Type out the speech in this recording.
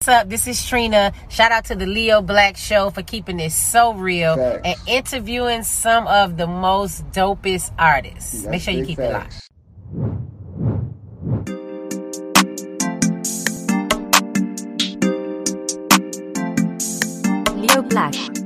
What's up? This is Trina. Shout out to the Leo Black Show for keeping this so real Facts. and interviewing some of the most dopest artists. Make That's sure you big keep it locked. facts. Leo Black.